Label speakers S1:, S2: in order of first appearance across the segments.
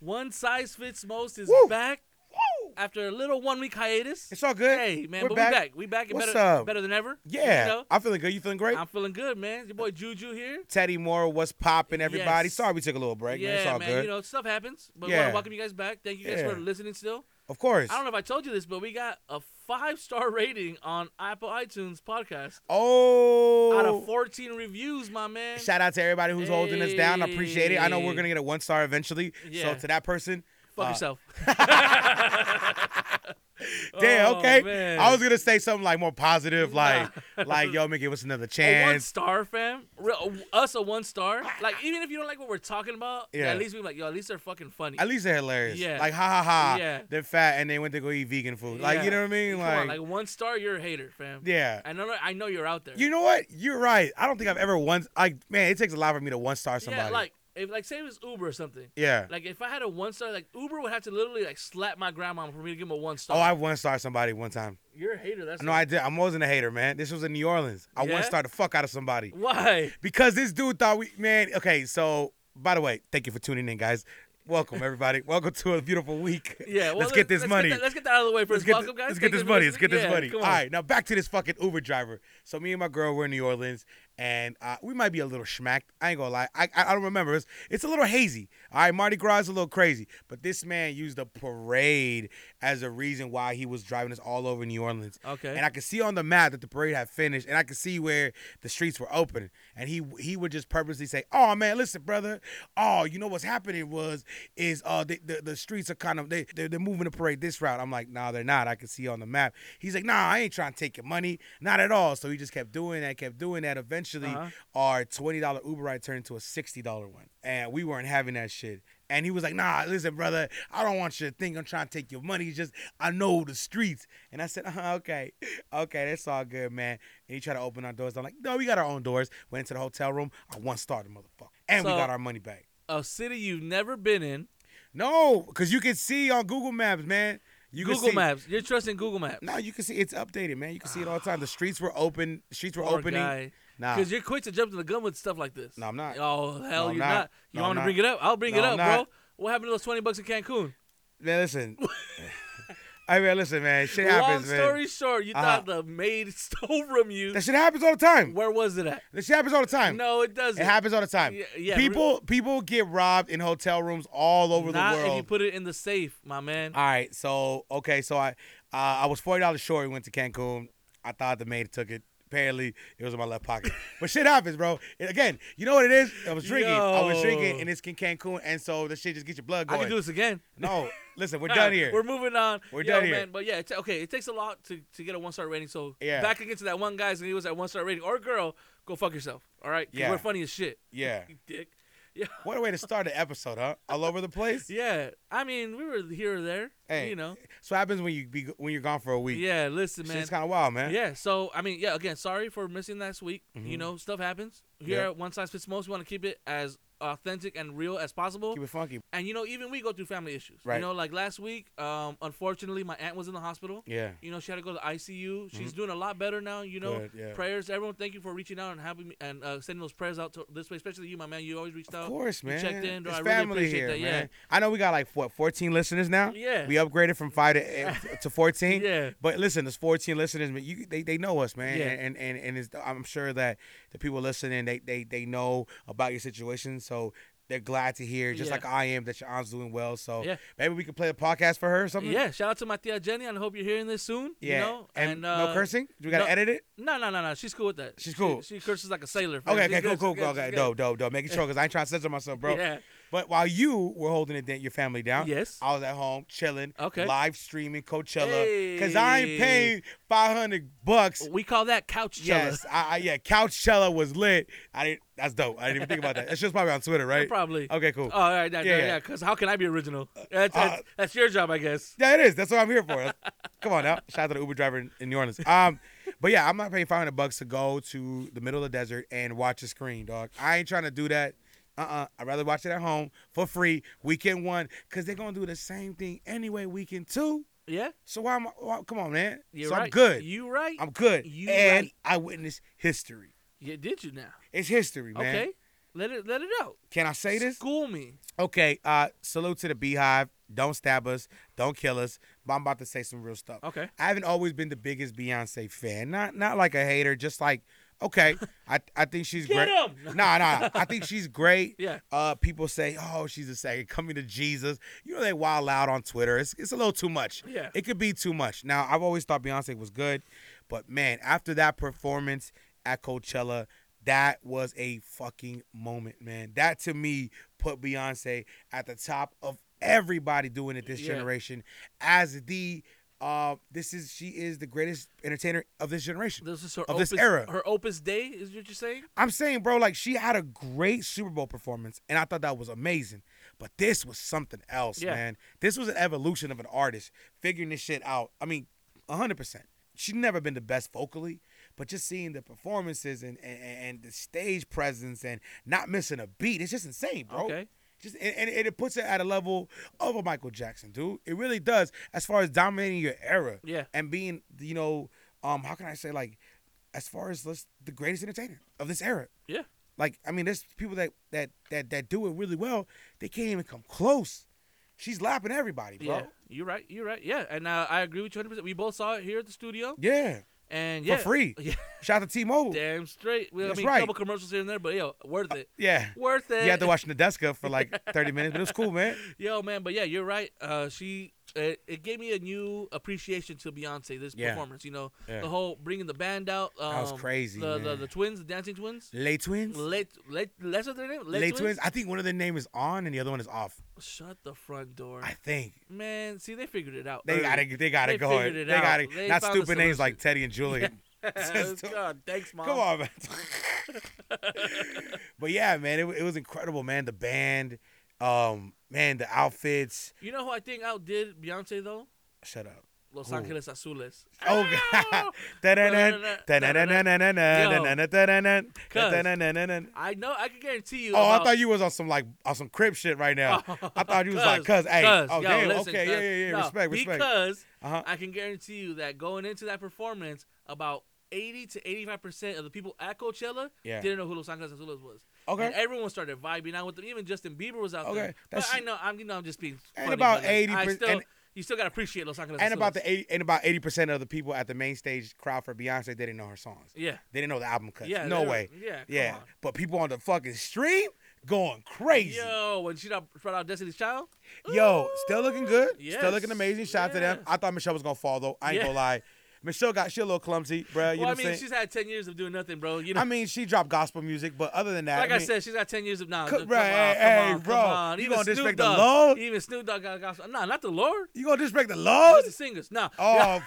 S1: One size fits most is back after a little one week hiatus.
S2: It's all good.
S1: Hey man,
S2: We're
S1: but we
S2: back.
S1: back. We back and
S2: What's
S1: better
S2: up?
S1: better than ever.
S2: Yeah,
S1: You know?
S2: I'm feeling good. You feeling great?
S1: I'm feeling good, man. Your boy Juju here.
S2: Teddy Moore, what's popping, everybody?
S1: Yes.
S2: Sorry we took a little break,
S1: yeah,
S2: man. It's all good.
S1: You know, stuff happens. But I want
S2: Yeah.
S1: to welcome you guys back. Thank you guys
S2: Yeah.
S1: for listening still.
S2: of course.
S1: I don't know if I told you this, but we got a five star rating on Apple iTunes podcast
S2: Oh,
S1: out of 14 reviews, my man.
S2: shout out to everybody who's holding us down. I appreciate it. I know we're
S1: Hey.
S2: gonna get a one star eventually.
S1: Yeah.
S2: So to that person,
S1: Fuck
S2: uh,
S1: yourself.
S2: damn,
S1: Oh,
S2: okay.
S1: man.
S2: I was gonna say something like more positive, like
S1: Nah.
S2: like yo, man, give us another
S1: a one
S2: chance.
S1: star, fam. Real, us a one star. Like even if you don't like what we're talking about,
S2: Yeah.
S1: at least we like yo. At least they're fucking funny.
S2: At least they're hilarious.
S1: Yeah.
S2: Like ha ha ha.
S1: Yeah.
S2: They're fat and they went to go eat vegan food. Like
S1: Yeah.
S2: you know what I mean?
S1: Come
S2: Like,
S1: on, like one star, you're a hater, fam.
S2: yeah.
S1: I know. I know you're out there.
S2: You know what? You're right. I don't think I've ever once like man, it takes a lot for me to one star somebody.
S1: yeah, like if like say it was Uber or something.
S2: Yeah.
S1: Like if I had a one star, like Uber would have to literally like slap my grandma for me to give him a one star.
S2: Oh, I one star somebody one time.
S1: You're a hater. That's
S2: No,
S1: a-
S2: I did. I wasn't a hater, man. This was in New Orleans. I
S1: Yeah?
S2: one star the fuck out of somebody
S1: Why?
S2: because this dude thought we, man. Okay, so by the way, thank you for tuning in, guys. Welcome everybody. Welcome to a beautiful week.
S1: Yeah. Well,
S2: let's get this money.
S1: that- let's get that out of the way 1st
S2: Let's get,
S1: Welcome,
S2: th-
S1: guys.
S2: let's get
S1: Thank
S2: this
S1: you for
S2: money. Let's get
S1: listening.
S2: this
S1: Yeah,
S2: money.
S1: come
S2: All
S1: on.
S2: right, now back to this fucking Uber driver. So me and my girl were in New Orleans, and uh, we might be a little schmacked. I ain't gonna lie. I I, I don't remember. It's it's a little hazy. All right, Mardi Gras is a little crazy, but this man used a parade as a reason why he was driving us all over New Orleans.
S1: Okay.
S2: And I could see on the map that the parade had finished, and I could see where the streets were open. And he he would just purposely say, "Oh man, listen, brother. Oh, you know what's happening was is uh the the, the streets are kind of they they're, they're moving the parade this route." I'm like, "Nah, they're not. I can see on the map." He's like, "Nah, I ain't trying to take your money, not at all." So he just kept doing that, kept doing that. Eventually,
S1: Uh-huh.
S2: our twenty dollar Uber ride turned to a sixty dollar one, and we weren't having that shit. And he was like, "Nah, listen, brother, I don't want you to think I'm trying to take your money. It's just I know the streets." And I said, uh, "Okay, okay, that's all good, man." And he tried to open our doors. I'm like, "No, we got our own doors." Went into the hotel room. I one starred the motherfucker, and we
S1: So-
S2: got our money back.
S1: a city you've never been in.
S2: No, because you can see on Google Maps, man. You can
S1: Google
S2: see-
S1: Maps. You're trusting Google Maps.
S2: No, you can see it's updated, man. You can see it all the time. The streets were open. The streets were
S1: Poor
S2: opening.
S1: guy.
S2: Nah,
S1: Because you're quick to jump to the gun with stuff like this.
S2: No, I'm not.
S1: Oh hell,
S2: No, I'm
S1: you're
S2: not.
S1: not. You
S2: No,
S1: want me to
S2: I'm not.
S1: bring it up? I'll bring
S2: No,
S1: it
S2: I'm
S1: up,
S2: not.
S1: bro. What happened to those twenty bucks in Cancun?
S2: man, listen. Hey man, listen, man. Shit
S1: Long
S2: happens, man.
S1: story short, you
S2: Uh-huh.
S1: thought the maid stole from you.
S2: That shit happens all the time.
S1: Where was it at?
S2: That shit happens all the time.
S1: No, it doesn't.
S2: It happens all the time.
S1: Yeah, yeah,
S2: people people get robbed in hotel rooms all
S1: Not
S2: over the
S1: if you
S2: world. Ah,
S1: put it in the safe, my man.
S2: all right, so okay, so I uh, I was forty dollars short. We went to Cancun. I thought the maid took it. Apparently, it was in my left pocket. but shit happens, bro. And again, you know what it is? I was drinking. I was drinking,
S1: Yo.
S2: and it's in Cancun, and so the shit just gets your blood
S1: I
S2: going.
S1: can do this again.
S2: no, listen, we're done here.
S1: We're moving on.
S2: We're
S1: Yo,
S2: done here.
S1: Man, but yeah, it's, okay. It takes a lot to, to get a one star rating. So
S2: Yeah.
S1: back against that one guy's and he was at one star rating or girl, go fuck yourself. All right. 'Cause
S2: Yeah.
S1: We're funny as shit.
S2: yeah.
S1: You dick. Yeah.
S2: What a way to start the episode, huh? All over the place.
S1: Yeah. I mean, we were here or there.
S2: Hey,
S1: You know.
S2: So happens when you be when you're gone for a week.
S1: Yeah. Listen, man.
S2: Shit's kind of wild, man. Mm-hmm.
S1: Yeah. So I mean, yeah. Again, sorry for missing last week. You know, stuff happens. Here
S2: Yeah.
S1: at One Size Fits Most, we want to keep it as authentic and real as possible.
S2: Keep it funky.
S1: And you know, even we go through family issues.
S2: Right.
S1: You know, like last week, um, unfortunately, my aunt was in the hospital.
S2: Yeah.
S1: You know, she had to go to the ICU. She's doing a lot better now. You know,
S2: Mm-hmm. Good, yeah.
S1: prayers. Everyone, thank you for reaching out and having me and uh, sending those prayers out to this way, especially you, my man. You always reached out.
S2: Of course,
S1: uh, you
S2: man.
S1: checked in. bro.
S2: It's
S1: I really
S2: family
S1: appreciate
S2: here,
S1: that.
S2: man. I know we got like what 14 listeners now.
S1: Yeah.
S2: We upgraded from five to eh, to 14.
S1: Yeah.
S2: But listen, there's 14 listeners. But you, they, they know us, man.
S1: Yeah.
S2: And and and it's, I'm sure that the people listening, they they they know about your situation. So. They're glad to hear, just
S1: Yeah.
S2: like I am, that your aunt's doing well. So
S1: Yeah.
S2: maybe we could play a podcast for her or
S1: Yeah.
S2: something.
S1: Yeah. Shout out to my tia Jenny. and I hope you're hearing this soon.
S2: yeah.
S1: You know,
S2: and
S1: uh,
S2: no cursing. Do we gotta
S1: no-
S2: edit it?
S1: No, no, no, no. She's cool with that.
S2: She's cool.
S1: She, she curses like a sailor. fam.
S2: Okay,
S1: She's
S2: okay, cool,
S1: good,
S2: cool,
S1: she's good,
S2: cool. Okay,
S1: she's
S2: dope,
S1: good.
S2: dope, dope. Making sure, cause I ain't trying to censor myself, bro.
S1: Yeah.
S2: But while you were holding it, down- your family down,
S1: Yes.
S2: I was at home chilling,
S1: Okay.
S2: live streaming Coachella, cause I ain't paying five hundred bucks.
S1: We call that couch chiller.
S2: Yes, I, I yeah, Couchella was lit. I didn't. That's dope. I didn't even think about that. That shit's probably on Twitter, right?
S1: Probably.
S2: Okay, cool.
S1: Oh, all right, yeah,
S2: Yeah.
S1: yeah, yeah. Because how can I be original? That's, that's,
S2: uh,
S1: that's your job, I guess.
S2: Yeah, it is. That's what I'm here for. That's- Come on now. Shout out to the Uber driver in, in New Orleans. Um, but yeah, I'm not paying 500 bucks to go to the middle of the desert and watch a screen, dog. I ain't trying to do that. Uh-uh. I'd rather watch it at home for free, weekend one, because they're going to do the same thing anyway, weekend two.
S1: Yeah,
S2: So why am I, why, come on, man.
S1: you're
S2: so
S1: right.
S2: I'm good.
S1: You right?
S2: I'm good.
S1: You
S2: and
S1: right.
S2: I witnessed history.
S1: yeah, did you now?
S2: It's history, man.
S1: Okay. Let it let it out.
S2: Can I say this?
S1: School me.
S2: Okay, uh, salute to the beehive. Don't stab us. Don't kill us. But I'm about to say some real stuff.
S1: Okay.
S2: I haven't always been the biggest Beyonce fan. Not not like a hater, just like, okay, I, I think she's
S1: Get
S2: great.
S1: him!
S2: Nah, nah. I think she's great.
S1: Yeah.
S2: Uh, people say, oh, she's a second coming to Jesus. You know, they wild out on Twitter. It's, it's a little too much.
S1: Yeah.
S2: It could be too much. Now, I've always thought Beyonce was good, but man, after that performance at Coachella, that was a fucking moment, man. That to me put Beyonce at the top of everybody doing it this
S1: Yeah.
S2: generation as the uh this is she is the greatest entertainer of this generation.
S1: This is her
S2: Of this
S1: opus-
S2: era.
S1: Her opus day is what you're saying.
S2: I'm saying, bro, like she had a great Super Bowl performance, and I thought that was amazing. But this was something else,
S1: Yeah.
S2: man. This was an evolution of an artist figuring this shit out. I mean, 100%. She's never been the best vocally, but just seeing the performances and, and, and the stage presence and not missing a beat, it's just insane, bro.
S1: Okay.
S2: Just and, and it puts it at a level of a Michael Jackson, dude. It really does, as far as dominating your era
S1: Yeah.
S2: and being, you know, um, how can I say like, as far as let's, the greatest entertainer of this era.
S1: Yeah.
S2: Like, I mean, there's people that that that that do it really well. They can't even come close. She's lapping everybody, bro.
S1: Yeah. You're right. You're right. Yeah. And uh, I agree with you 100. percent We both saw it here at the studio.
S2: Yeah,
S1: And yeah.
S2: for free.
S1: Yeah.
S2: Shout out to T-Mobile.
S1: Damn straight. We, I
S2: That's
S1: mean,
S2: right.
S1: couple commercials here and there, but yo, worth it.
S2: Yeah,
S1: Worth it.
S2: you had to watch Nadeska for like 30 minutes, but it was cool, man.
S1: Yo, man, but yeah, you're right. Uh, she it, it gave me a new appreciation to Beyonce this
S2: Yeah.
S1: performance. You know,
S2: Yeah.
S1: the whole bringing the band out. Um,
S2: was crazy,
S1: The, the
S2: man.
S1: the twins, the dancing twins.
S2: Lay Twins.
S1: Late, late, that's what their name.
S2: Lay Twins. I think one of their name is on and the other one is off.
S1: Shut the front door,
S2: I think
S1: man. See, they figured it out.
S2: they
S1: early.
S2: got to. They got to
S1: They
S2: go.
S1: figured
S2: They
S1: it out.
S2: got to.
S1: They
S2: Not
S1: found a
S2: stupid names
S1: solution.
S2: like Teddy and Julian.
S1: God, thanks, mom.
S2: Come on, man. but yeah, man, it, wa- it was incredible, man. The band, um, man, the outfits.
S1: You know who I think outdid Beyonce though?
S2: Shut up.
S1: Los
S2: Who?
S1: Angeles Azules.
S2: Oh
S1: Ow!
S2: god. Da-da-dun, da-da-dun-dun-dun-dun,
S1: Yo.
S2: da-da-dun-dun-dun-dun,
S1: Cuz.
S2: da-da-dun-dun-dun.
S1: I know. I can guarantee you. Oh.
S2: Oh, I
S1: about-
S2: thought you was on some like on some crip shit right now. I thought you was like, cuz, hey,
S1: Cuz,
S2: oh
S1: yo,
S2: damn,
S1: listen,
S2: okay,
S1: cuz.
S2: yeah, yeah, yeah,
S1: No,
S2: respect, respect.
S1: Because
S2: Uh-huh.
S1: I can guarantee you that going into that performance, about eighty to eighty-five percent of the people at Coachella
S2: Yeah.
S1: didn't know who Los Angeles Azules was.
S2: Okay.
S1: and everyone started vibing out with them. Even Justin Bieber was out
S2: Okay,
S1: there.
S2: that's-
S1: but I know I'm, you know, I'm just being.
S2: And
S1: funny,
S2: about
S1: but, like, I
S2: 80%
S1: still-
S2: and-
S1: you still gotta appreciate Los Angeles.
S2: And about
S1: Azules.
S2: the 80, and about 80% of the people at the main stage crowd for Beyonce they didn't know her songs.
S1: yeah,
S2: They didn't know the album cuts.
S1: yeah,
S2: no
S1: they're-
S2: way.
S1: yeah, come
S2: Yeah.
S1: on.
S2: But people on the fucking stream going crazy.
S1: Yo, when she done brought out Destiny's Child,
S2: Yo, still looking good. Still looking
S1: Yes,
S2: amazing. Shout out to them.
S1: yes.
S2: I thought Michelle was gonna fall though. I ain't
S1: Yeah.
S2: gonna lie. Michelle got she a little clumsy, bruh.
S1: well, I
S2: You know what I'm
S1: mean,
S2: saying?
S1: she's had ten years of doing nothing, bro. You know,
S2: I mean, she dropped gospel music, but other than that,
S1: Like I,
S2: I, mean,
S1: said, she's got ten years of knowledge.
S2: Co-
S1: Come
S2: bro,
S1: on,
S2: hey,
S1: come
S2: hey,
S1: on,
S2: bro,
S1: come on.
S2: you
S1: Even
S2: gonna
S1: Snoop
S2: disrespect the
S1: Dogg-
S2: Lord?
S1: Even Snoop Dogg got gospel. Nah, not the Lord.
S2: you gonna disrespect the
S1: Just
S2: Lord?
S1: the singers. Nah,
S2: Oh,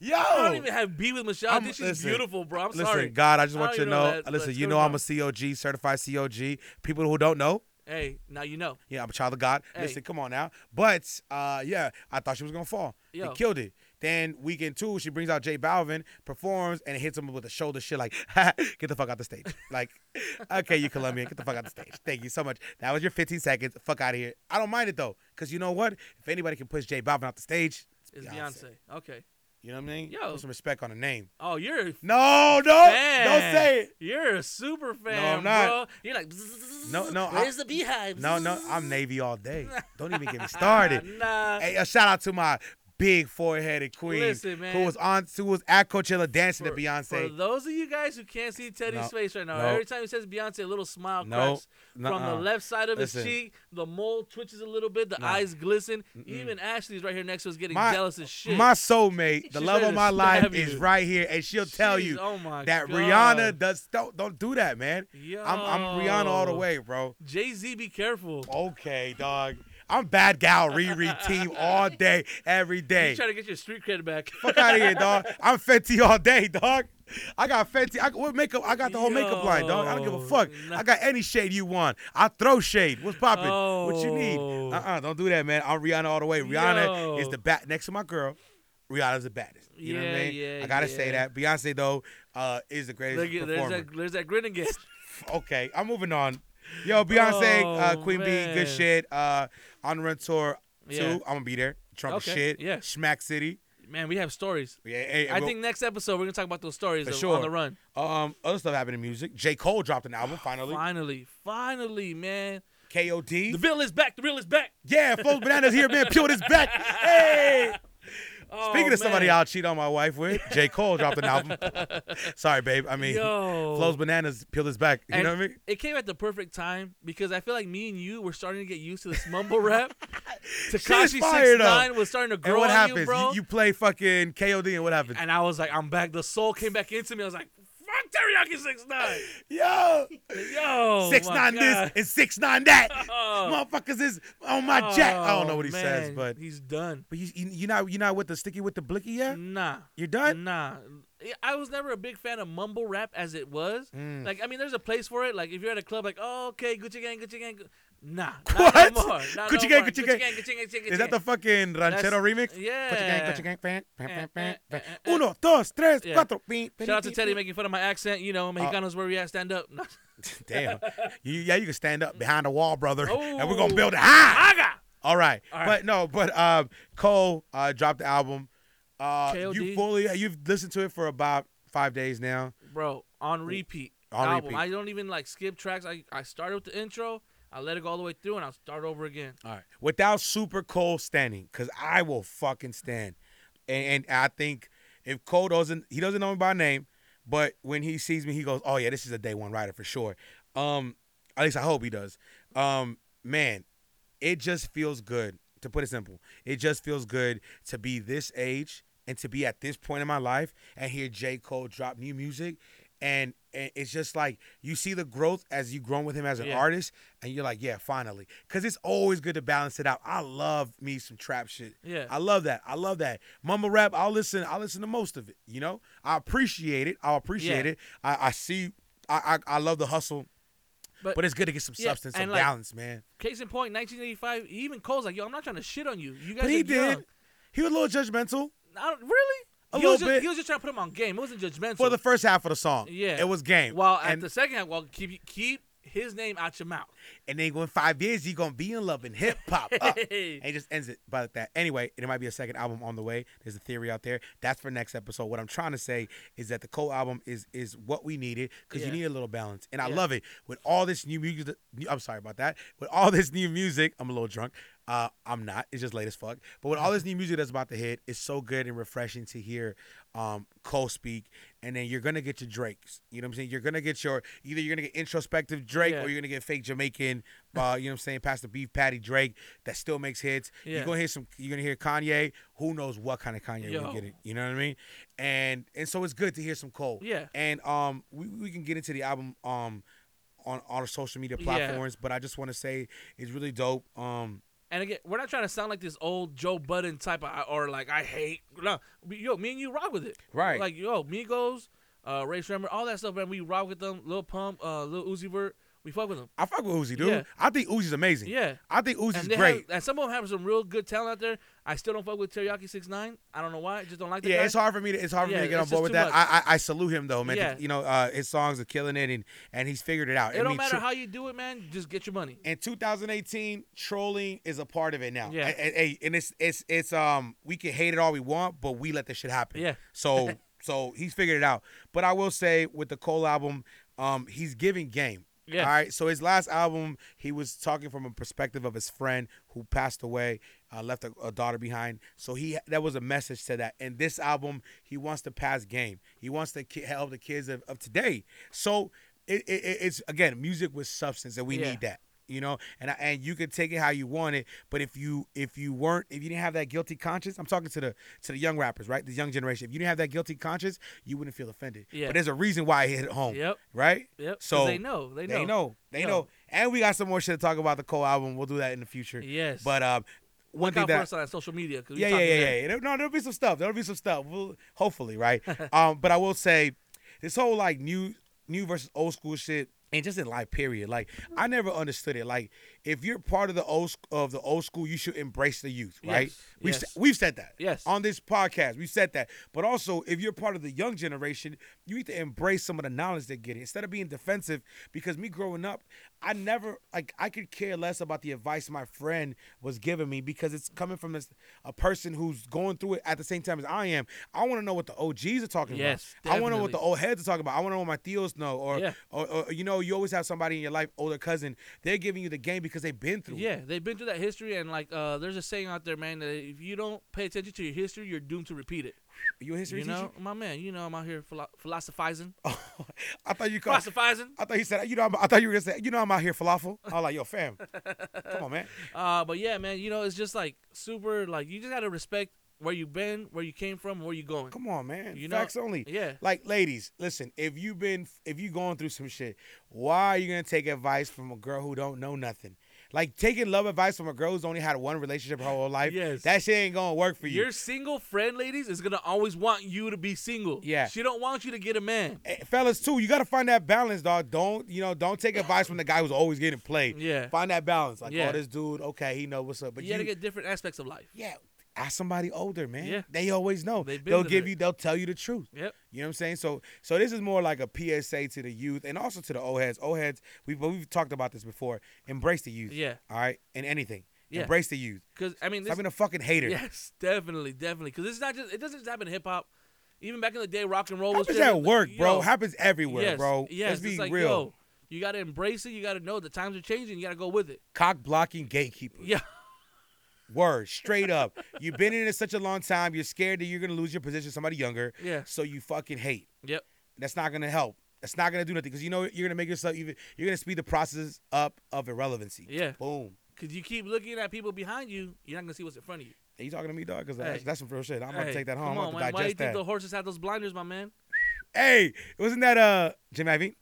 S2: yo!
S1: I don't even have beef with Michelle. i
S2: I'm-
S1: think she's
S2: listen,
S1: beautiful, bro. I'm
S2: Listen,
S1: sorry.
S2: God, I just
S1: I
S2: want
S1: don't
S2: you
S1: even
S2: to
S1: know
S2: know.
S1: that,
S2: listen,
S1: but
S2: you
S1: here
S2: know
S1: we
S2: I'm
S1: go.
S2: a COG, certified COG. People who don't know,
S1: Hey, now you know.
S2: yeah, I'm a child of God.
S1: Hey.
S2: Listen, come on now. But uh, yeah, I thought she was gonna fall. They
S1: Yo.
S2: killed it. Then weekend two, she brings out Jay Balvin, performs, and hits him with a shoulder shit like, "Get the fuck out the stage!" Like, okay, you Colombian, get the fuck out the stage. Thank you so much. That was your 15 seconds. Fuck out of here. I don't mind it though, cause you know what? If anybody can push Jay Balvin out the stage,
S1: It's
S2: Beyonce.
S1: Beyonce. Okay.
S2: you know what I mean?
S1: Yo.
S2: Put some respect on the name.
S1: Oh, you're a
S2: No, no,
S1: fan.
S2: Oh, don't say it.
S1: You're a super fan,
S2: I'm not.
S1: bro. You're like,
S2: No, no, I-
S1: Where's the beehive?
S2: No, no, I'm Navy all day. Don't even get me started.
S1: nah.
S2: Hey, a shout out to my big four-headed queen
S1: Listen, man.
S2: who was on who was at Coachella dancing
S1: For-
S2: to Beyonce.
S1: For those of you guys who can't see Teddy's
S2: No,
S1: face right now,
S2: no.
S1: every time he says Beyonce, a little smile
S2: No,
S1: cracks from the
S2: nuh-uh.
S1: left side of
S2: Listen.
S1: his cheek. The mole twitches a little bit. The eyes glisten. Even Ashley's right here next to us getting
S2: My-
S1: jealous as shit.
S2: My soulmate, the
S1: She's
S2: love
S1: ready
S2: of
S1: to
S2: my life
S1: stab
S2: is
S1: you.
S2: right here, and she'll tell
S1: Jeez,
S2: you
S1: oh my
S2: that
S1: God.
S2: Rihanna does don't don't do that, man. I'm I'm Rihanna all the
S1: Yo.
S2: way, bro.
S1: Jay Z, be careful.
S2: Okay, dog. I'm bad gal Riri team all day, every day.
S1: You trying to get your street cred back.
S2: Fuck out of here, dog. I'm Fenty all day, dog. I got Fenty. I, what makeup? I got the whole makeup line, dog. I don't give a
S1: Yo,
S2: fuck.
S1: nah.
S2: I got any shade you want. I throw shade. What's poppin'? What you need?
S1: Oh.
S2: Uh uh-uh, uh. do not do that, man. I'm Rihanna all the way. Rihanna is
S1: Yo.
S2: the bat next to my girl. Rihanna's the baddest. You know what I
S1: Yeah,
S2: mean?
S1: yeah,
S2: I gotta say
S1: yeah.
S2: that. Beyonce though uh, is the greatest
S1: Look, there's
S2: performer.
S1: that, there's that grin again.
S2: Okay, I'm moving on. Yo, Beyonce, uh,
S1: Oh,
S2: Queen Bee, good
S1: man.
S2: shit. Uh, on the run tour too.
S1: Yeah.
S2: I'm gonna be there. Trump
S1: Okay,
S2: shit.
S1: yeah.
S2: Smack City.
S1: Man, we have stories.
S2: Yeah, hey,
S1: I
S2: well,
S1: think next episode we're gonna talk about those stories
S2: For
S1: of-
S2: sure.
S1: on the run.
S2: um other stuff happened in music. J. Cole dropped an album finally.
S1: Finally, finally, man.
S2: KOD.
S1: The real is back. The real is back.
S2: yeah, folks, bananas here, man. Pure is back. Hey.
S1: Oh,
S2: Speaking of somebody
S1: man.
S2: I'll cheat on my wife with, J. Cole dropped an album. Sorry, babe. I mean,
S1: Yo.
S2: Flo's bananas, peel this back. You
S1: And
S2: know what I mean?
S1: It came at the perfect time because I feel like me and you were starting to get used to this mumble rap. Takashi
S2: fire,
S1: six
S2: though.
S1: nine was starting to grow
S2: And what
S1: on
S2: happens?
S1: you, bro.
S2: play fucking KOD, and what happens?
S1: and I was like, I'm back. The soul came back into me. I was like, fuck teriyaki six nine.
S2: Yo,
S1: Yo,
S2: six
S1: Oh my
S2: nine
S1: God.
S2: this and six nine that.
S1: Oh.
S2: Motherfuckers is on my jack. I don't know
S1: Oh,
S2: what he says,
S1: man.
S2: but
S1: he's done.
S2: but you you you not you not with the sticky with the blicky yet.
S1: Nah,
S2: You're done.
S1: nah. I was never a big fan of mumble rap as it was.
S2: Mm.
S1: Like, I mean, there's a place for it. Like, if you're at a club, like, oh, okay, Gucci Gang, Gucci Gang. Gu- Nah, not
S2: What?
S1: no more. Not
S2: Gucci
S1: no
S2: Gang,
S1: more.
S2: Gucci
S1: Gucci
S2: Gang.
S1: Gang, Gucci Gang.
S2: Is that the fucking ranchero remix? Put your gang,
S1: Yeah.
S2: put your gang, bam, bam, bam, bam, bam.
S1: Eh, eh, eh, eh.
S2: Uno, dos, tres,
S1: Yeah.
S2: cuatro. beep, beep,
S1: Shout out to
S2: beep,
S1: Teddy
S2: beep.
S1: making fun of my accent. You know, Mexicanos where we at, stand up.
S2: Damn. You, yeah, you can stand up behind the wall, brother, and we're gonna
S1: Oh.
S2: build it high.
S1: Aga!
S2: All right.
S1: All right.
S2: But no, but um, Cole uh, dropped the album. Uh, you
S1: KOD.
S2: fully you've listened to it for about five days now.
S1: Bro, on repeat.
S2: On
S1: album.
S2: repeat.
S1: I don't even like skip tracks. I, I started with the intro, I let it go all the way through, and I'll start over again.
S2: All right. Without Super Cole standing, because I will fucking stand. And, and I think if Cole doesn't, he doesn't know me by name, but when he sees me, he goes, "Oh yeah, this is a day one rider for sure." Um, at least I hope he does. Um, man, it just feels good. To put it simple, it just feels good to be this age and to be at this point in my life and hear J. Cole drop new music. And, and it's just like you see the growth as you grown with him as an
S1: Yeah.
S2: artist, and you're like, yeah, finally. Cause it's always good to balance it out. I love me some trap shit.
S1: Yeah.
S2: I love that. I love that. Mama rap, I'll listen, I'll listen to most of it. You know? I appreciate it. I appreciate
S1: Yeah.
S2: it. I, I see I, I I love the hustle. But,
S1: But-
S2: it's good to get some
S1: yeah,
S2: substance, some
S1: and, like,
S2: balance, man.
S1: Case in point, 1985, even Cole's like, yo, I'm not trying to shit on you. You guys are
S2: But he did.
S1: young.
S2: He was a little judgmental
S1: I don't, really?
S2: A
S1: he
S2: little
S1: was just,
S2: bit.
S1: He was just trying to put him on game. It wasn't judgmental.
S2: for the first half of the song.
S1: Yeah.
S2: It was game.
S1: while at
S2: and,
S1: the second half, well, keep keep his name out your mouth.
S2: and then in five years, you gonna be in love and hip hop. up.
S1: Hey.
S2: Uh, And it just ends it by that. Anyway, there might be a second album on the way. There's a theory out there. That's for next episode. What I'm trying to say is that the Cole album is is what we needed because you
S1: Yeah.
S2: need a little balance, and I
S1: Yeah.
S2: love it with all this new music. I'm sorry about that. With all this new music, I'm a little drunk. Uh, I'm not. It's just late as fuck. But with all this new music that's about to hit, it's so good and refreshing to hear um, Cole speak. And then you're gonna get your Drakes. You know what I'm saying? You're gonna get your either you're gonna get introspective Drake
S1: Yeah.
S2: or you're gonna get fake Jamaican. Uh, you know what I'm saying? Past the beef patty Drake that still makes hits. You're
S1: Yeah.
S2: gonna hear some. You're gonna hear Kanye. Who knows what kind of Kanye we're
S1: Yo.
S2: getting? You know what I mean? And and so it's good to hear some Cole.
S1: Yeah.
S2: And um, we, we can get into the album um, on on our social media
S1: Yeah.
S2: platforms. But I just want to say it's really dope. Um,
S1: And again, we're not trying to sound like this old Joe Budden type of, or like I hate. No, We- yo, me and you rock with it.
S2: Right.
S1: Like yo, Migos, uh, Ray Shremmer, all that stuff, man. We rock with them. Lil Pump, uh, Lil Uzi Vert, we fuck with them.
S2: I fuck with Uzi, dude.
S1: Yeah.
S2: I think Uzi's amazing.
S1: Yeah.
S2: I think Uzi's
S1: And they
S2: great.
S1: have, and some of them have some real good talent out there. I still don't fuck with Teriyaki Six Nine. I don't know why. I just don't like that
S2: yeah,
S1: guy.
S2: it's hard for me to it's hard for me
S1: Yeah,
S2: to get on
S1: it's just
S2: board with
S1: too
S2: that.
S1: much.
S2: I, I I salute him though, man.
S1: Yeah.
S2: You know, uh, his songs are killing it, and and he's figured it out.
S1: It
S2: I
S1: don't
S2: mean,
S1: matter
S2: tro-
S1: how you do it, man. Just get your money.
S2: in 2018, trolling is a part of it now.
S1: Yeah.
S2: A- a- a- and it's it's it's um we can hate it all we want, but we let this shit happen.
S1: Yeah.
S2: So so he's figured it out. But I will say with the Cole album, um, he's giving game.
S1: Yeah.
S2: All right. So his last album, he was talking from a perspective of his friend who passed away, uh, left a, a daughter behind. So he that was a message to that. And this album, he wants to pass game. He wants to ki- help the kids of, of today. So it, it, it- it's again music with substance, and we
S1: Yeah.
S2: need that you know and I, and you could take it how you want it but if you if you weren't if you didn't have that guilty conscience i'm talking to the to the young rappers right the young generation if you didn't have that guilty conscience you wouldn't feel offended
S1: Yeah.
S2: but there's a reason why it hit home
S1: Yep.
S2: right
S1: Yep. 'Cause
S2: so
S1: they know. They know.
S2: they know they
S1: Yeah.
S2: know and we got some more shit to talk about the Cole album we'll do that in the future
S1: Yes.
S2: but um one
S1: Look
S2: thing
S1: out
S2: that
S1: for us on social media. 'cause we
S2: yeah, yeah,
S1: talking
S2: yeah,
S1: there.
S2: yeah, There- No, there'll be some stuff. There'll be some stuff. We'll, hopefully, right? um, but I will say, this whole like new, new versus old school shit, and just in life, period. Like I never understood it. Like if you're part of the old sc- of the old school, you should embrace the youth, right?
S1: Yes,
S2: We've
S1: yes.
S2: sa- we've said that.
S1: Yes.
S2: On this podcast, we've said that. But also, if you're part of the young generation, you need to embrace some of the knowledge they get instead of being defensive. Because me growing up, I never like I could care less about the advice my friend was giving me because it's coming from this, a person who's going through it at the same time as I am. I want to know what the OGs are talking
S1: Yes,
S2: about. I want to know what
S1: definitely.
S2: the old heads are talking about. I want to know what my theos know, or,
S1: Yeah.
S2: or or you know, you always have somebody in your life, older cousin. They're giving you the game because they've been through. it.
S1: Yeah, they've been through that history, and like, uh, there's a saying out there, man, that if you don't pay attention to your history, you're doomed to repeat it.
S2: you a history
S1: you know, my man, you know, I'm out here philo- philosophizing,
S2: teacher? I thought you called.
S1: philosophizing.
S2: I thought you said you know. I'm, I thought you were gonna say you know I'm out here falafel. I was like, yo, fam, come on, man.
S1: Uh, but yeah, man, you know, it's just like super. Like, you just gotta respect where you've been, where you came from, where you going.
S2: Come on, man.
S1: You know-
S2: Facts only.
S1: Yeah,
S2: Like, ladies, listen. If you've been, if you going through some shit, why are you gonna take advice from a girl who don't know nothing? Like taking love advice from a girl who's only had one relationship her whole life.
S1: Yes.
S2: That shit ain't gonna work for you.
S1: your single friend, ladies, is gonna always want you to be single.
S2: Yeah.
S1: she don't want you to get a man.
S2: Eh, fellas, too, you gotta find that balance, dog. Don't you know? Don't take advice from the guy who's always getting played.
S1: Yeah,
S2: Find that balance. Like,
S1: Yeah.
S2: oh, this dude, okay, he know what's up. But
S1: you,
S2: you,
S1: gotta get different aspects of life.
S2: yeah, ask somebody older, man.
S1: Yeah.
S2: They always know.
S1: They've been
S2: They'll
S1: to
S2: give
S1: that.
S2: you. They'll tell you the truth.
S1: Yep.
S2: You know what I'm saying? So so this is more like a PSA to the youth and also to the old heads. Old heads, we but we've talked about this before. Embrace the youth.
S1: Yeah,
S2: All right, in anything,
S1: Yeah.
S2: embrace the youth.
S1: because I mean,
S2: Stop
S1: this,
S2: being a fucking hater.
S1: yes, definitely, definitely. Because this is not just it doesn't just happen in hip hop. Even back in the day, rock and roll was
S2: Happens
S1: just-
S2: at work, bro.
S1: Yo,
S2: Happens everywhere,
S1: yes,
S2: bro.
S1: Yes,
S2: Let's be
S1: it's like,
S2: real.
S1: yo, you gotta embrace it. You gotta know the times are changing. You gotta go with it.
S2: Cock blocking gatekeepers.
S1: Yeah,
S2: Word, straight up. You've been in it such a long time. You're scared that you're gonna lose your position to somebody younger.
S1: yeah,
S2: So you fucking hate.
S1: Yep.
S2: That's not gonna help. That's not gonna do nothing because you know you're gonna make yourself even. You're gonna speed the process up of irrelevancy.
S1: yeah.
S2: Boom.
S1: Because you keep looking at people behind you, you're not gonna see what's in front of you.
S2: Are you talking to me, dog? Because
S1: Hey.
S2: that's, that's some real shit. I'm about
S1: Hey,
S2: to take that home.
S1: Come
S2: I'm
S1: on,
S2: about
S1: man.
S2: to
S1: Why do you
S2: digest
S1: think
S2: that.
S1: the horses had those blinders, my man?
S2: hey, wasn't that uh Jim Iovine?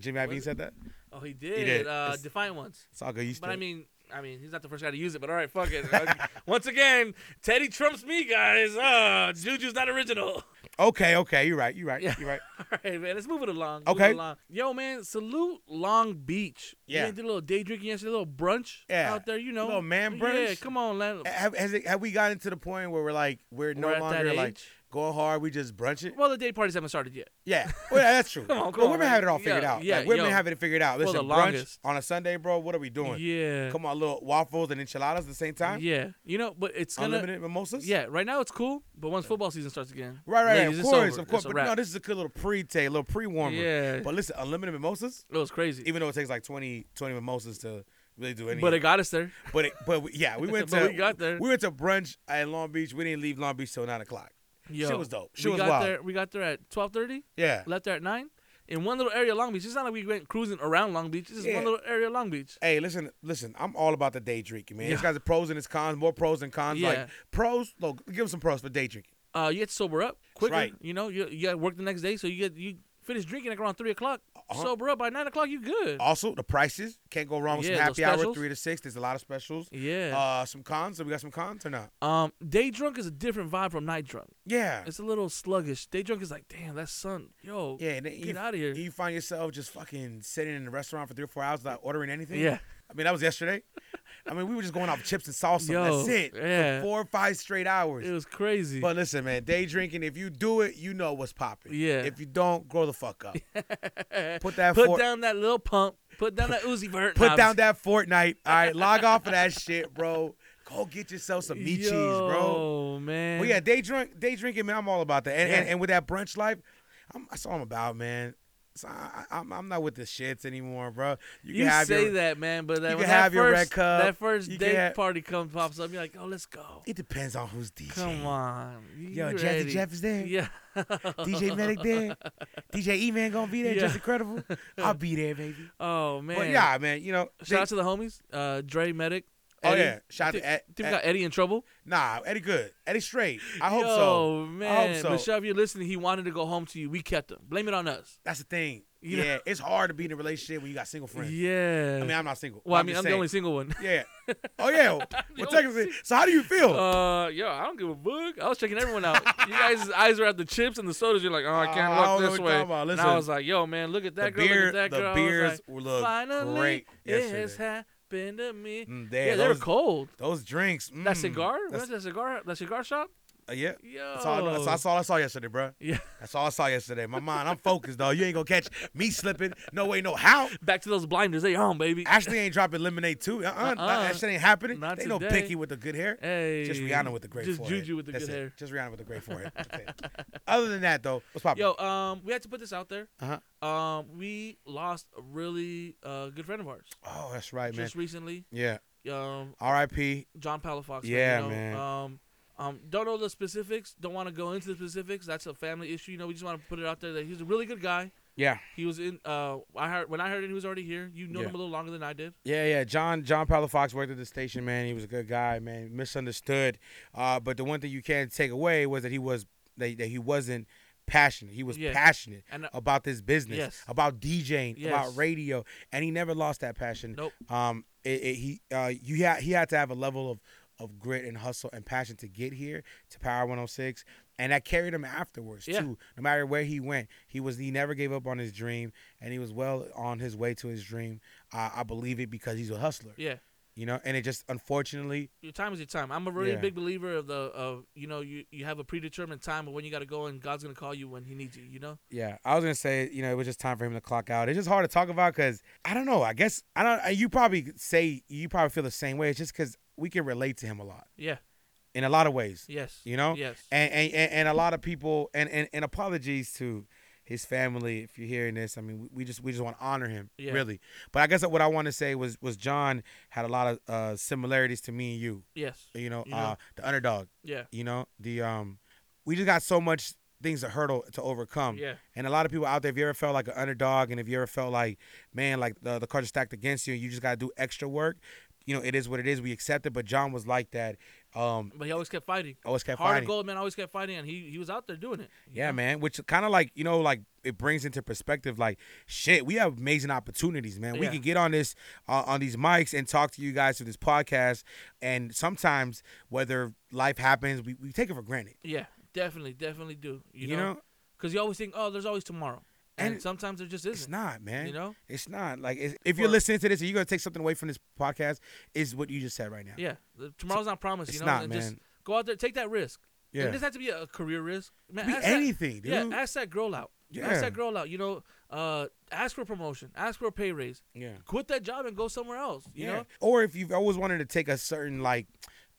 S2: Jim Iovine
S1: it?
S2: said that.
S1: Oh, he did.
S2: did.
S1: Uh,
S2: It's-
S1: defiant ones.
S2: It's all good. You
S1: But
S2: still-
S1: I mean, I mean, he's not the first guy to use it. But all right, fuck it. Once again, Teddy trumps me, guys. Uh, Juju's not original.
S2: okay, okay, you're right, you're right,
S1: Yeah.
S2: you're right.
S1: All right, man. Let's move it along. Move
S2: Okay.
S1: it along. Yo, man. Salute Long Beach. You
S2: Yeah.
S1: ain't did a little day drinking yesterday. A little brunch.
S2: Yeah.
S1: Out there, you know.
S2: Little man
S1: Yeah.
S2: brunch.
S1: Come on, man.
S2: Have has it, have we gotten to the point where we're like we're,
S1: We're
S2: no
S1: at that
S2: longer like
S1: age.
S2: going hard? We just brunch it.
S1: Well, the day parties haven't started yet.
S2: Yeah, well, yeah, that's true.
S1: Come on, come
S2: But
S1: on,
S2: women
S1: man.
S2: have it all figured
S1: Yeah,
S2: out.
S1: yeah,
S2: like, women
S1: yo.
S2: have it figured out.
S1: For the
S2: Listen, brunch
S1: longest.
S2: on a Sunday, bro. What are we doing?
S1: Yeah.
S2: Come on, little waffles and enchiladas at the same time.
S1: Yeah. You know, but it's gonna.
S2: Unlimited mimosas.
S1: Yeah, right now it's cool, but once football season starts again,
S2: Right, right,
S1: ladies,
S2: right. Of
S1: it's
S2: course,
S1: over.
S2: of course.
S1: It's a
S2: But
S1: wrap.
S2: no, this is a good little pre-tay, little pre-warmer.
S1: yeah,
S2: But listen, unlimited mimosas,
S1: it was crazy,
S2: even though it takes like 20, 20 mimosas to really do anything.
S1: but it got us there.
S2: but, it, but we, yeah, we went
S1: But
S2: to
S1: we got there.
S2: we went to brunch at Long Beach. We didn't leave Long Beach till nine o'clock.
S1: Yo,
S2: Shit was dope. Shit
S1: we
S2: was
S1: got
S2: wild.
S1: there. We got there at twelve thirty.
S2: Yeah,
S1: Left there at nine. In one little area of Long Beach. It's not like we went cruising around Long Beach. It's just
S2: Yeah.
S1: one little area of Long Beach.
S2: Hey, listen, listen. I'm all about the day drinking, man.
S1: Yeah.
S2: It's got the pros and its cons, more pros and cons.
S1: Yeah.
S2: Like pros, look, give them some pros for day drinking.
S1: Uh, you get to sober up quicker.
S2: right.
S1: You know, you, you got to work the next day, so you get you finish drinking like around three o'clock.
S2: Uh-huh.
S1: Sober up by nine o'clock, you good.
S2: Also, the prices can't go wrong with
S1: Yeah,
S2: some
S1: those
S2: happy hour,
S1: specials.
S2: three to six. There's a lot of specials.
S1: yeah.
S2: Uh, some cons. So we got some cons or not?
S1: um, day drunk is a different vibe from night drunk.
S2: Yeah,
S1: It's a little sluggish. Day drunk is like, damn, that sun, yo,
S2: yeah. And then
S1: get
S2: you,
S1: out of here.
S2: you find yourself just fucking sitting in the restaurant for three or four hours without ordering anything.
S1: yeah.
S2: I mean, that was yesterday. I mean, we were just going off chips and salsa.
S1: Yo,
S2: That's it. For
S1: yeah.
S2: four or five straight hours.
S1: It was crazy.
S2: But listen, man, day drinking, if you do it, you know what's popping.
S1: Yeah.
S2: If you don't, grow the fuck up. Put that
S1: put
S2: for-
S1: down that little pump. Put down that Uzi Vert.
S2: Put down that Fortnite. All right, log off of that shit, bro. Go get yourself some meat cheese, bro.
S1: Oh man.
S2: Well, yeah, day drink, day drinking, man. I'm all about that. And and,
S1: Yeah.
S2: and with that brunch life, I'm, that's all I'm about, man. So I, I, I'm I'm not with the shits anymore, bro. You,
S1: You,
S2: can have
S1: say
S2: your,
S1: that, man, but that,
S2: can
S1: when
S2: have
S1: that
S2: your
S1: first,
S2: red cup.
S1: That first
S2: You can
S1: date
S2: have-
S1: party comes pops up. You're like, oh, let's go.
S2: It depends on who's DJing.
S1: Come on. You
S2: Yo,
S1: you
S2: Jazzy
S1: ready.
S2: Jeff is there.
S1: Yeah.
S2: DJ Medic there. DJ E Man gonna be there.
S1: Yeah.
S2: Just incredible. I'll be there, baby.
S1: Oh man.
S2: But yeah, man, you know.
S1: Shout
S2: they-
S1: out to the homies. Uh, Dre Medic.
S2: oh
S1: Eddie.
S2: yeah, shout out
S1: Think-
S2: to Ed,
S1: Think we
S2: Ed-
S1: got Eddie in trouble.
S2: Nah, Eddie Good, Eddie Straight. I hope
S1: Yo,
S2: so.
S1: man.
S2: so.
S1: Michelle, if you're listening, he wanted to go home to you. We kept him. Blame it on us.
S2: That's the thing.
S1: You
S2: yeah,
S1: know-
S2: it's hard to be in a relationship when you got single friends.
S1: Yeah.
S2: I mean, I'm not single.
S1: well, I
S2: but
S1: mean,
S2: just
S1: I'm the
S2: saying.
S1: only single one.
S2: Yeah. Oh yeah. well,
S1: only
S2: technically. So how do you feel?
S1: Uh, yo, I don't give a book. I was checking everyone out. you guys' eyes were at the chips and the sodas. You're like, oh, I can't
S2: Oh, I don't know
S1: look this
S2: what
S1: way.
S2: you're talking about.
S1: And
S2: Listen.
S1: I was like, yo, man, look at
S2: the
S1: that girl.
S2: beer,
S1: look at that
S2: the
S1: girl. I was
S2: beers
S1: like,
S2: look
S1: finally,
S2: great yesterday.
S1: it's happened to me.
S2: Mm,
S1: Yeah,
S2: damn,
S1: they were
S2: those,
S1: cold.
S2: those drinks.
S1: That
S2: mm,
S1: cigar,
S2: that's-
S1: Remember that cigar, that cigar shop.
S2: Uh, yeah.
S1: Yo.
S2: That's all, I know. That's- that's all I saw yesterday, bro.
S1: yeah.
S2: That's all I saw yesterday. My mind, I'm focused, dog. You ain't gonna catch me slipping. No way, no how.
S1: Back to those blinders. They on, baby.
S2: Ashley ain't dropping lemonade too. Uh uh That shit ain't happening.
S1: Uh-uh. Not
S2: they no
S1: today.
S2: picky with the good hair.
S1: Hey.
S2: Just Rihanna with the great
S1: Just
S2: forehead.
S1: Juju with the
S2: That's
S1: good
S2: it.
S1: hair.
S2: Just Rihanna with the great forehead. That's it. Other than that, though, what's poppin'?
S1: Yo, um, we had to put this out there.
S2: Uh-huh.
S1: Um, we lost a really uh good friend of ours
S2: Oh, that's right, man.
S1: just recently.
S2: Yeah.
S1: Um,
S2: R.I.P.
S1: John Palafox.
S2: Yeah,
S1: you know,
S2: man.
S1: Um, um, don't know the specifics. Don't want to go into the specifics. That's a family issue. You know, we just want to put it out there that he's a really good guy.
S2: Yeah.
S1: He was in. Uh, I heard when I heard it, he was already here. You know
S2: Yeah.
S1: him a little longer than I did.
S2: Yeah, yeah. John John Palafox worked at the station, man. He was a good guy, man. Misunderstood. Uh, but the one thing you can't take away was that he was that, that he wasn't passionate. He was
S1: Yeah.
S2: passionate
S1: And, uh,
S2: about this business,
S1: Yes.
S2: about DJing,
S1: Yes.
S2: about radio, and he never lost that passion.
S1: Nope.
S2: Um, it, it, he uh, you had he had to have a level of of grit and hustle and passion to get here to Power 106, and that carried him afterwards
S1: Yeah.
S2: too. No matter where he went, he was he never gave up on his dream, and he was well on his way to his dream. Uh, I believe it because he's a hustler,
S1: Yeah.
S2: you know. And it just unfortunately,
S1: your time is your time. I'm a really
S2: Yeah.
S1: big believer of the of you know you you have a predetermined time of when you got to go and God's gonna call you when He needs you. You know.
S2: yeah, I was gonna say, you know, it was just time for him to clock out. It's just hard to talk about because I don't know. I guess I don't. uh, You probably say you probably feel the same way. It's just because we can relate to him a lot
S1: Yeah.
S2: in a lot of ways,
S1: Yes.
S2: you know.
S1: Yes.
S2: and and, and, and a lot of people and, and and apologies to his family if you're hearing this i mean we, we just we just want to honor him
S1: Yeah.
S2: really but i guess what i want to say was was john had a lot of uh similarities to me and you
S1: yes.
S2: you know
S1: You know.
S2: uh the underdog
S1: Yeah.
S2: you know the um we just got so much things to hurdle to overcome
S1: Yeah.
S2: and a lot of people out there if you ever felt like an underdog and if you ever felt like man like the, the cards are stacked against you and you just got to do extra work you know it is what it is we accept it but john was like that um
S1: But he always kept fighting.
S2: always kept
S1: Hard
S2: fighting
S1: gold man always kept fighting, and he he was out there doing it. you
S2: yeah,
S1: know?
S2: man. Which kind of like you know, like it brings into perspective, like shit, we have amazing opportunities, man. We
S1: Yeah.
S2: can get on this uh, on these mics and talk to you guys through this podcast. And sometimes, whether life happens, we, we take it for granted,
S1: Yeah. Definitely. Definitely do.
S2: you,
S1: You, know.
S2: know?
S1: Because you always think, oh, there's always tomorrow, and,
S2: And
S1: sometimes there just
S2: It's
S1: isn't.
S2: not, man.
S1: you know.
S2: It's not like it's, if you're
S1: For-
S2: listening to this, and you're gonna take something away from this podcast. Is what you just said right now?
S1: Yeah. The- Tomorrow's not promised.
S2: It's
S1: you know.
S2: not,
S1: and
S2: man.
S1: Just go out there, take that risk.
S2: yeah,
S1: It doesn't have to be a career risk. Man,
S2: Be
S1: ask that-
S2: anything, dude.
S1: Yeah, ask that girl out. Ask
S2: Yeah.
S1: that girl out. You know, uh, ask for a promotion. Ask for a pay raise.
S2: yeah.
S1: Quit that job and go somewhere else. You
S2: yeah.
S1: know.
S2: Or if you've always wanted to take a certain like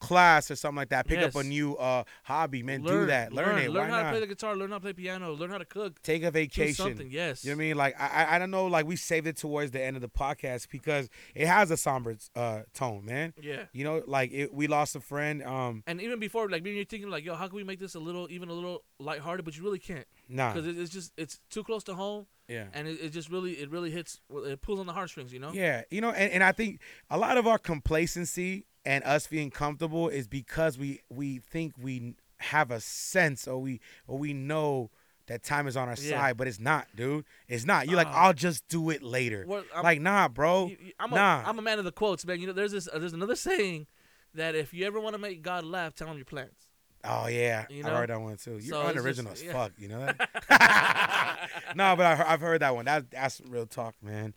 S2: class or something like that, pick up
S1: Yes.
S2: a new uh hobby, man. do that. Learn, it.
S1: Learn
S2: Why
S1: how
S2: not?
S1: to play the guitar. Learn how to play piano. Learn how to cook.
S2: take a vacation.
S1: Do something. Yes.
S2: You know what I mean? Like I, I- I don't know. Like we saved it towards the end of the podcast because it has a somber uh, tone, man.
S1: Yeah.
S2: You know, like it, we lost a friend. Um,
S1: And even before, like, maybe you're thinking, like, yo, how can we make this a little, even a little lighthearted? But you really can't,
S2: nah,
S1: because it, it's just, it's too close to home,
S2: yeah,
S1: and it, it just really, it really hits, it pulls on the heartstrings, you know?
S2: yeah. You know, and, and I think a lot of our complacency and us being comfortable is because we we think we have a sense or we or we know that time is on our
S1: Yeah.
S2: side, but it's not, dude. It's not. You're like,
S1: Ah.
S2: I'll just do it later.
S1: Well, I'm,
S2: like, nah, bro.
S1: you- you- I'm a,
S2: nah.
S1: am a man of the quotes, man. You know, there's this, uh, there's another saying that if you ever want to make God laugh, tell him your plans.
S2: Oh yeah,
S1: You
S2: I
S1: know?
S2: heard that one too. You're
S1: So it's just-
S2: unoriginal as
S1: yeah.
S2: fuck. You know that? no, but I, heard- I've heard that one. That that's real talk, man.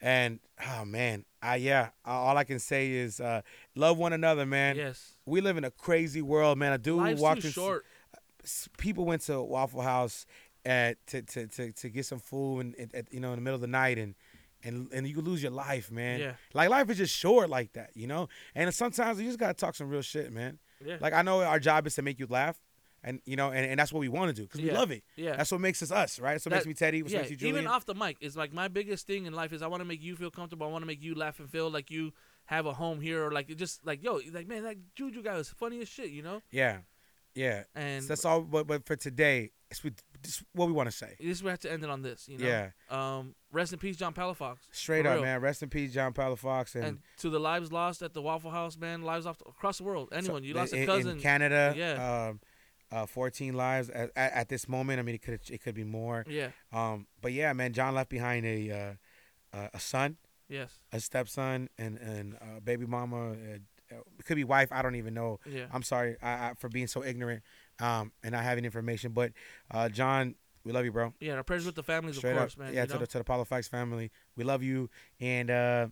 S2: And oh man, I yeah. a- All I can say is uh, love one another, man.
S1: yes.
S2: We live in a crazy world, man. A dude
S1: Life's
S2: walked
S1: too
S2: in-
S1: short.
S2: s- people went to Waffle House at to to, to, to get some food and at, at, you know in the middle of the night and and and you could lose your life, man.
S1: Yeah.
S2: Like life is just short like that, you know. And sometimes you just gotta talk some real shit, man.
S1: Yeah.
S2: Like I know our job is to make you laugh, and you know, and, and that's what we want to do because we
S1: Yeah.
S2: love it.
S1: yeah.
S2: That's what makes us us, right? That's what
S1: That-
S2: makes me Teddy. What
S1: yeah,
S2: makes you Julian.
S1: even off the mic, it's like my biggest thing in life is I want to make you feel comfortable. I want to make you laugh and feel like you have a home here, or like it just like yo, like man, that Juju guy was funny as shit, you know.
S2: yeah, yeah.
S1: And
S2: So that's all. But but for today, it's with just what we want to say.
S1: this we have to end it on this, you know.
S2: Yeah,
S1: Um, rest in peace, John Palafox.
S2: straight
S1: for
S2: up,
S1: real.
S2: man. Rest in peace, John Palafox, and,
S1: And, to the lives lost at the Waffle House, man, lives off across the world.
S2: so-
S1: Anyone, you lost
S2: in,
S1: a
S2: in
S1: cousin.
S2: Canada.
S1: Yeah.
S2: Um, uh, 14 lives at, at, at this moment. I mean, it could it could be more.
S1: yeah.
S2: Um, but yeah, man, John left behind a uh, uh, a son,
S1: Yes.
S2: a stepson, and and uh, baby mama. Uh, uh, could be wife. I don't even know.
S1: Yeah.
S2: I'm sorry I, I, for being so ignorant um, and not having information. But uh, John, we love you, bro.
S1: yeah. Our prayers with the families,
S2: Straight
S1: of course,
S2: up,
S1: man.
S2: yeah,
S1: you
S2: to
S1: know?
S2: the to the Paulo Fox family, we love you. And uh,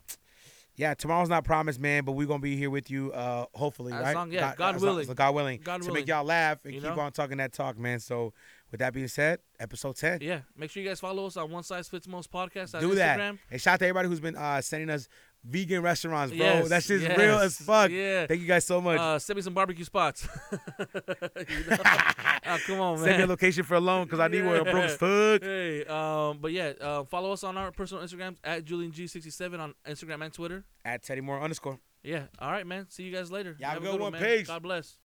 S2: yeah, tomorrow's not promised, man, but we're gonna be here with you, uh, hopefully,
S1: As
S2: right?
S1: long- yeah, God
S2: as long-
S1: willing.
S2: so God willing,
S1: God
S2: to
S1: willing.
S2: make y'all laugh and
S1: You
S2: keep
S1: know?
S2: on talking that talk, man. So, with that being said, episode ten.
S1: Yeah, make sure you guys follow us on One Size Fits Most podcast on
S2: Do that,
S1: Instagram.
S2: and shout out to everybody who's been uh, sending us vegan restaurants, bro.
S1: Yes,
S2: that shit's real as
S1: yes,
S2: fuck.
S1: yeah.
S2: Thank you guys so much.
S1: Uh, send me some barbecue spots. You know? Ah, come on,
S2: Send me a
S1: man.
S2: location for a loan because I need one of Brooks
S1: Yeah.
S2: Food.
S1: Hey, um, but yeah, uh, follow us on our personal Instagrams at JulianG67 on Instagram and Twitter.
S2: At Teddy Moore underscore.
S1: Yeah. All right, man. See you guys later.
S2: Y'all
S1: Have
S2: good one.
S1: man.
S2: Peace.
S1: God bless.